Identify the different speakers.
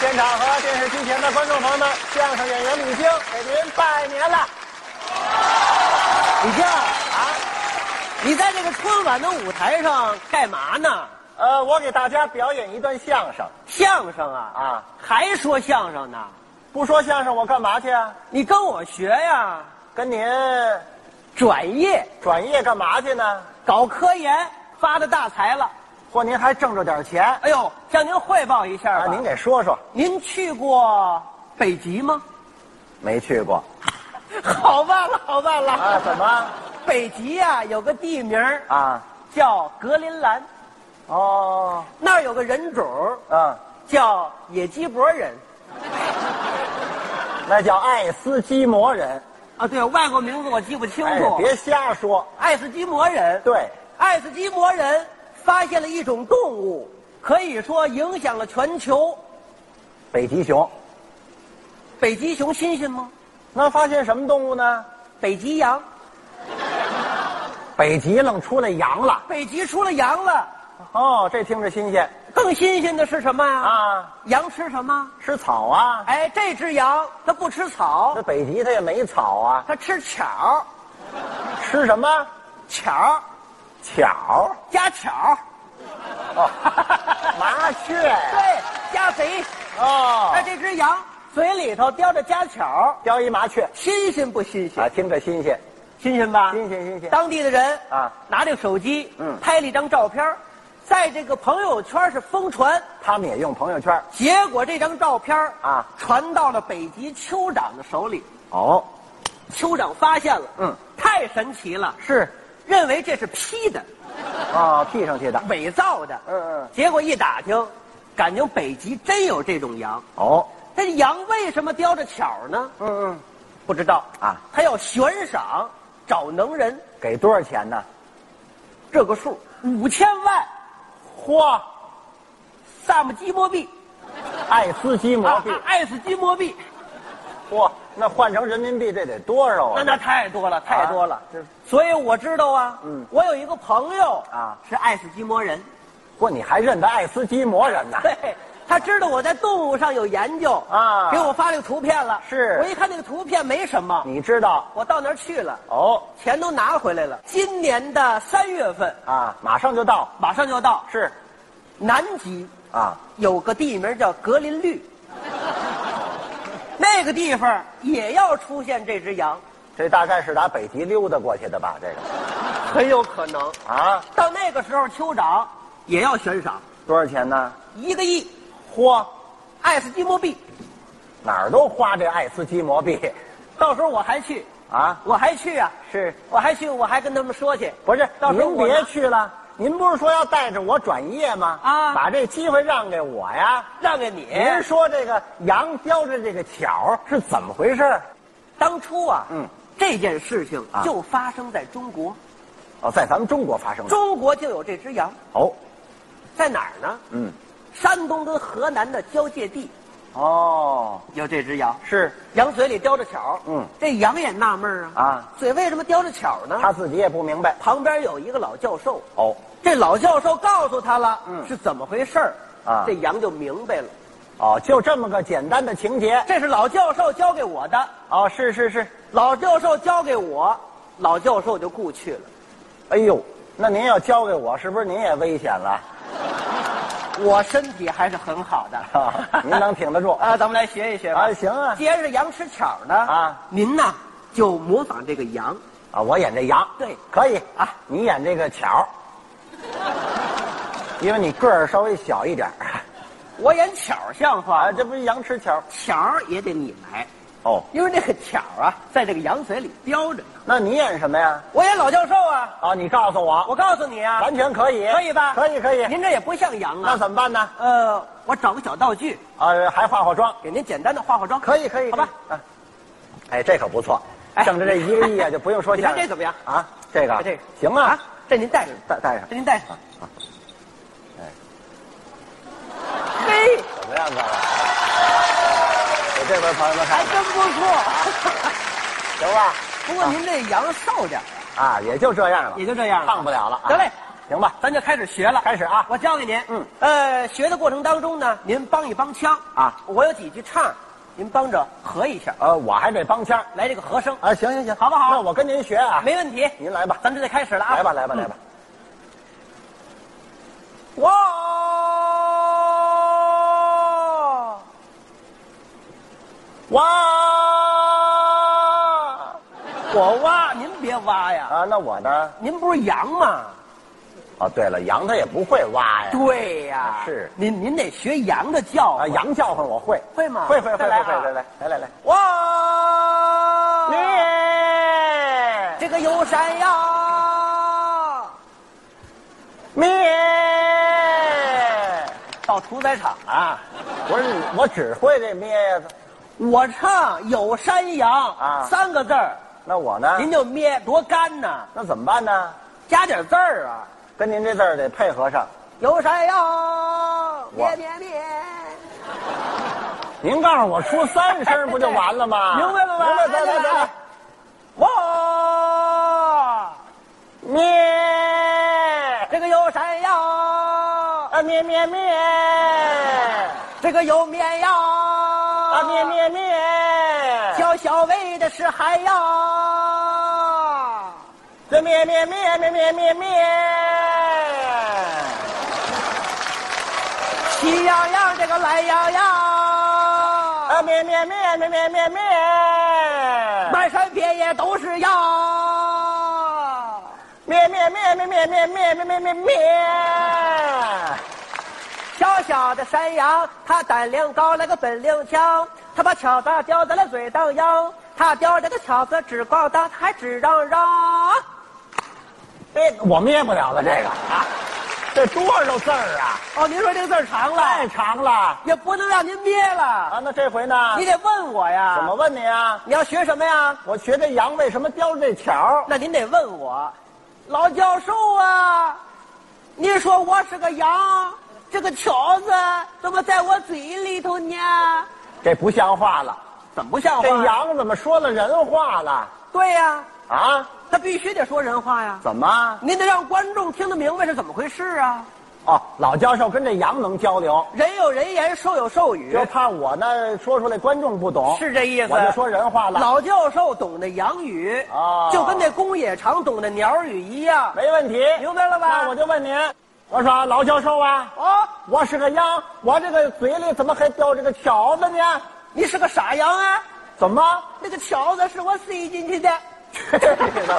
Speaker 1: 现场和电视机前的观众朋友们，相声演员李菁给您拜年了。
Speaker 2: 李静啊，你在这个春晚的舞台上干嘛呢？
Speaker 1: 呃，我给大家表演一段相声。
Speaker 2: 相声啊
Speaker 1: 啊，
Speaker 2: 还说相声呢？
Speaker 1: 不说相声，我干嘛去啊？
Speaker 2: 你跟我学呀，
Speaker 1: 跟您
Speaker 2: 转业
Speaker 1: 转业干嘛去呢？
Speaker 2: 搞科研，发的大财了。
Speaker 1: 或您还挣着点钱
Speaker 2: 哎呦，向您汇报一下
Speaker 1: 啊？
Speaker 2: 吧。
Speaker 1: 您给说说。
Speaker 2: 您去过北极吗？
Speaker 1: 没去过
Speaker 2: 好办了，好办了。
Speaker 1: 啊？怎么
Speaker 2: 北极呀、有个地名儿
Speaker 1: 啊？
Speaker 2: 叫格林兰，
Speaker 1: 哦，
Speaker 2: 那儿有个人种儿
Speaker 1: 嗯，
Speaker 2: 叫野鸡脖人
Speaker 1: 那叫爱斯基摩人。
Speaker 2: 啊，对，外国名字我记不清
Speaker 1: 哎
Speaker 2: 楚。，
Speaker 1: 别瞎说。
Speaker 2: 爱斯基摩人，
Speaker 1: 对，
Speaker 2: 爱斯基摩人发现了一种动物，可以说影响了全球。
Speaker 1: 北极熊。
Speaker 2: 北极熊新鲜吗？
Speaker 1: 那发现什么动物呢？
Speaker 2: 北极羊，
Speaker 1: 北极愣出来羊了。
Speaker 2: 北极出了羊了。
Speaker 1: 哦，这听着新鲜
Speaker 2: 更新鲜的是什么呀？，
Speaker 1: 啊！
Speaker 2: 羊吃什么？
Speaker 1: 吃草啊？
Speaker 2: 哎，这只羊它不吃草
Speaker 1: 那，北极它也没草啊，
Speaker 2: 它吃巧
Speaker 1: 吃什么？
Speaker 2: 巧
Speaker 1: 巧
Speaker 2: 加巧，
Speaker 1: 哦， 麻雀
Speaker 2: 对，加肥。
Speaker 1: 哦
Speaker 2: 哎，，这只羊嘴里头叼着夹巧，
Speaker 1: 叼一麻雀
Speaker 2: 新鲜不新鲜？
Speaker 1: 啊，听着新鲜，
Speaker 2: 新鲜吧？
Speaker 1: 新鲜新鲜。
Speaker 2: 当地的人
Speaker 1: 啊，
Speaker 2: 拿这个手机，
Speaker 1: 嗯
Speaker 2: 拍了一张照片儿，在这个朋友圈是疯传，
Speaker 1: 他们也用朋友圈
Speaker 2: 结果这张照片儿
Speaker 1: 啊
Speaker 2: 传到了北极酋长的手里，
Speaker 1: 哦，
Speaker 2: 酋长发现了，
Speaker 1: 嗯，
Speaker 2: 太神奇了，
Speaker 1: 是
Speaker 2: 认为这是 P 的，
Speaker 1: 啊，P 上去的
Speaker 2: 伪造的，
Speaker 1: 嗯嗯，
Speaker 2: 结果一打听，感情北极真有这种羊，
Speaker 1: 哦，
Speaker 2: 这羊为什么叼着巧儿呢？
Speaker 1: 嗯嗯，
Speaker 2: 不知道
Speaker 1: 啊，
Speaker 2: 他要悬赏找能人，
Speaker 1: 给多少钱呢？
Speaker 2: 这个数五千万
Speaker 1: 嚯，
Speaker 2: 萨姆基摩币，
Speaker 1: 爱斯基摩币，
Speaker 2: 啊爱斯基摩币，
Speaker 1: 嚯，那换成人民币这得多少
Speaker 2: 那
Speaker 1: 啊？
Speaker 2: 那太多了，太多了。
Speaker 1: 这
Speaker 2: 所以我知道啊，
Speaker 1: 嗯
Speaker 2: 我有一个朋友
Speaker 1: 啊
Speaker 2: 是爱斯基摩人，
Speaker 1: 嚯，你还认得爱斯基摩人呢？
Speaker 2: 对，他知道我在动物上有研究
Speaker 1: 啊
Speaker 2: 给我发这个图片了。
Speaker 1: 是嗯
Speaker 2: 我一看那个图片没什么，
Speaker 1: 你知道
Speaker 2: 我到那儿去了，
Speaker 1: 哦
Speaker 2: 钱都拿回来了。今年的三月份
Speaker 1: 啊，马上就到
Speaker 2: 马上就要到
Speaker 1: 是
Speaker 2: 南极，
Speaker 1: 啊，
Speaker 2: 有个地名叫格林绿， 那个地方也要出现这只羊，
Speaker 1: 这大概是打北极溜达过去的吧？这个
Speaker 2: 很有可能。
Speaker 1: 啊，
Speaker 2: 到那个时候，酋长也要悬赏
Speaker 1: 多少钱呢？
Speaker 2: 一个亿
Speaker 1: 嚯，
Speaker 2: 爱斯基摩币。
Speaker 1: 哪儿都花这爱斯基摩币
Speaker 2: 到时候我还去，
Speaker 1: 啊！
Speaker 2: 我还去啊，
Speaker 1: 是
Speaker 2: 我还去，我还跟他们说去。
Speaker 1: 不是？
Speaker 2: 到时候
Speaker 1: 您
Speaker 2: 我
Speaker 1: 别
Speaker 2: 拿
Speaker 1: 去了，您不是说要带着我转业吗？
Speaker 2: 啊哎
Speaker 1: 把这机会让给我呀！
Speaker 2: 让给你。
Speaker 1: 您说这个羊叼着这个巧是怎么回事儿？
Speaker 2: 当初啊，
Speaker 1: 嗯，
Speaker 2: 这件事情
Speaker 1: 啊
Speaker 2: 就发生在中国，
Speaker 1: 哦，在咱们中国发生的
Speaker 2: 中国就有这只羊，
Speaker 1: 哦，
Speaker 2: 在哪儿呢？
Speaker 1: 嗯，
Speaker 2: 山东跟河南的交界地
Speaker 1: 哦，
Speaker 2: 有这只羊。
Speaker 1: 是
Speaker 2: 羊嘴里叼着巧儿，
Speaker 1: 嗯
Speaker 2: 这羊也纳闷儿啊，
Speaker 1: 啊，
Speaker 2: 嘴为什么叼着巧儿呢？
Speaker 1: 他自己也不明白
Speaker 2: 旁边有一个老教授，
Speaker 1: 哦，
Speaker 2: 这老教授告诉他了，
Speaker 1: 嗯
Speaker 2: 是怎么回事儿
Speaker 1: 啊
Speaker 2: 这羊就明白了，
Speaker 1: 哦，就这么个简单的情节
Speaker 2: 这是老教授教给我的，
Speaker 1: 哦，是是是，
Speaker 2: 老教授教给我，老教授就故去了。
Speaker 1: 哎呦，那您要交给我，是不是您也危险了？
Speaker 2: 我身体还是很好的，
Speaker 1: 啊您能挺得住
Speaker 2: 啊？咱们来学一学吧。
Speaker 1: 啊行啊
Speaker 2: 既然是羊吃巧儿呢，
Speaker 1: 啊，
Speaker 2: 您呐就模仿这个羊，
Speaker 1: 啊，我演这羊，
Speaker 2: 对
Speaker 1: 可以
Speaker 2: 啊
Speaker 1: 你演这个巧， 因为你个儿稍微小一点儿
Speaker 2: 我演巧儿像话
Speaker 1: 啊，
Speaker 2: 吗，
Speaker 1: 这不是羊吃巧
Speaker 2: 巧儿也得你来。
Speaker 1: 哦，
Speaker 2: 因为这个巧啊，在这个羊嘴里叼着呢。
Speaker 1: 那你演什么呀？
Speaker 2: 我演老教授啊，
Speaker 1: 啊，你告诉我，
Speaker 2: 我告诉你啊，
Speaker 1: 完全可以，
Speaker 2: 可以吧？
Speaker 1: 可以可以，
Speaker 2: 您这也不像羊
Speaker 1: 那
Speaker 2: 啊。
Speaker 1: 怎么办呢？
Speaker 2: 呃，我找个小道具，
Speaker 1: 啊，还化化妆，
Speaker 2: 给您简单的化化妆。
Speaker 1: 可以可以，
Speaker 2: 好吧。
Speaker 1: 可以，啊哎，这可不错，
Speaker 2: 哎
Speaker 1: 挣着这一个亿啊，就不用说
Speaker 2: 你
Speaker 1: 相
Speaker 2: 看
Speaker 1: 声
Speaker 2: 这怎么样？
Speaker 1: 啊，这个
Speaker 2: 这个
Speaker 1: 行啊，，
Speaker 2: 这您带上，
Speaker 1: 带带上
Speaker 2: 这您带上。
Speaker 1: 哎
Speaker 2: 嘿，
Speaker 1: 怎么样，啊各位？给这边朋友们看
Speaker 2: 还，真不错。
Speaker 1: 行吧？
Speaker 2: 不过您这羊瘦点儿，
Speaker 1: 啊，也就这样了，
Speaker 2: 也就这样了
Speaker 1: 胖不了了啊。
Speaker 2: 得嘞。
Speaker 1: 行吧，
Speaker 2: 咱就开始学了。
Speaker 1: 开始啊
Speaker 2: 我教给您，
Speaker 1: 嗯，
Speaker 2: 呃，学的过程当中呢，您帮一帮腔
Speaker 1: 啊，
Speaker 2: 我有几句唱，您帮着合一下，
Speaker 1: 呃，我还得帮腔儿
Speaker 2: 来这个和声，
Speaker 1: 啊，行行行，
Speaker 2: 好不好
Speaker 1: 那我跟您学啊，
Speaker 2: 没问题。
Speaker 1: 您来吧，
Speaker 2: 咱这就开始了啊，
Speaker 1: 来吧，来吧，来吧。哇
Speaker 2: 哇我挖，您别挖呀，
Speaker 1: 啊，那我呢？
Speaker 2: 您不是羊吗？
Speaker 1: 哦，对了，羊它也不会哇呀，
Speaker 2: 对呀，
Speaker 1: 是
Speaker 2: 您您得学羊的叫
Speaker 1: 啊，
Speaker 2: 唤
Speaker 1: 羊叫唤我会，
Speaker 2: 会吗？
Speaker 1: 会会会
Speaker 2: 再
Speaker 1: 会
Speaker 2: 来
Speaker 1: 会，
Speaker 2: 啊
Speaker 1: 来来来来来，
Speaker 2: 哇！
Speaker 1: 咩
Speaker 2: 这个有山呀，
Speaker 1: 咩
Speaker 2: 到屠宰场，
Speaker 1: 啊，不是，我只会这咩呀，
Speaker 2: 我唱有山羊
Speaker 1: 啊
Speaker 2: 三个字儿，
Speaker 1: 那我呢？
Speaker 2: 您就咩多干呐，
Speaker 1: 那怎么办呢？
Speaker 2: 加点字儿啊，
Speaker 1: 跟您这字儿得配合上。
Speaker 2: 有山羊
Speaker 1: 我
Speaker 2: 咩咩咩，
Speaker 1: 您告诉我出三声不就完了吗？
Speaker 2: 明白了吗？
Speaker 1: 明白，来
Speaker 2: 来
Speaker 1: 来
Speaker 2: 来
Speaker 1: 来
Speaker 2: 来，哇！
Speaker 1: 咩
Speaker 2: 这个有山羊，
Speaker 1: 啊咩咩咩
Speaker 2: 这个有绵羊，
Speaker 1: 啊
Speaker 2: 啊
Speaker 1: 咩咩咩，
Speaker 2: 教小薇的是海洋。
Speaker 1: 这咩咩咩咩咩咩咩，
Speaker 2: 喜羊羊这个懒羊羊，
Speaker 1: 啊咩咩咩咩咩咩咩，
Speaker 2: 满山遍野都是羊。
Speaker 1: 咩咩咩咩咩咩咩咩咩咩咩，
Speaker 2: 小小的山羊，它胆量高，那个本领强，它把巧子叼在了嘴当央，它叼着个巧子只咣当，它还只嚷嚷。
Speaker 1: 这哎我灭不了的这个啊，这多少字儿啊？
Speaker 2: 哦，您说这个字儿长了，
Speaker 1: 太长了
Speaker 2: 哎
Speaker 1: 啊
Speaker 2: 也不能让您憋了，
Speaker 1: 啊！那这回呢？
Speaker 2: 你得问我呀。
Speaker 1: 怎么？问你啊？
Speaker 2: 你要学什么呀？
Speaker 1: 我学这羊为什么叼着这条？
Speaker 2: 那您得问我，老教授啊，您说我是个羊，这个条子怎么在我嘴里头呢？
Speaker 1: 这不像话了！
Speaker 2: 怎么不像话？
Speaker 1: 这羊怎么说了人话了？
Speaker 2: 对呀、
Speaker 1: 啊？
Speaker 2: 他必须得说人话呀，
Speaker 1: 怎么？
Speaker 2: 您得让观众听得明白是怎么回事啊。
Speaker 1: 哦，老教授跟这羊能交流，
Speaker 2: 人有人言，兽有兽语
Speaker 1: 就，怕我呢说出来观众不懂，
Speaker 2: 是这意思
Speaker 1: 我。就说人话了。
Speaker 2: 老教授懂得羊语
Speaker 1: 哦
Speaker 2: 就跟那公冶长懂得鸟语一样。
Speaker 1: 没问题，
Speaker 2: 明白了吧
Speaker 1: 那我就问您，我说老教授啊，
Speaker 2: 哦，
Speaker 1: 我是个羊，我这个嘴里怎么还叼着个条子呢？
Speaker 2: 你是个傻羊啊！
Speaker 1: 怎么？
Speaker 2: 那个条子是我塞进去的。
Speaker 1: 去你的吧！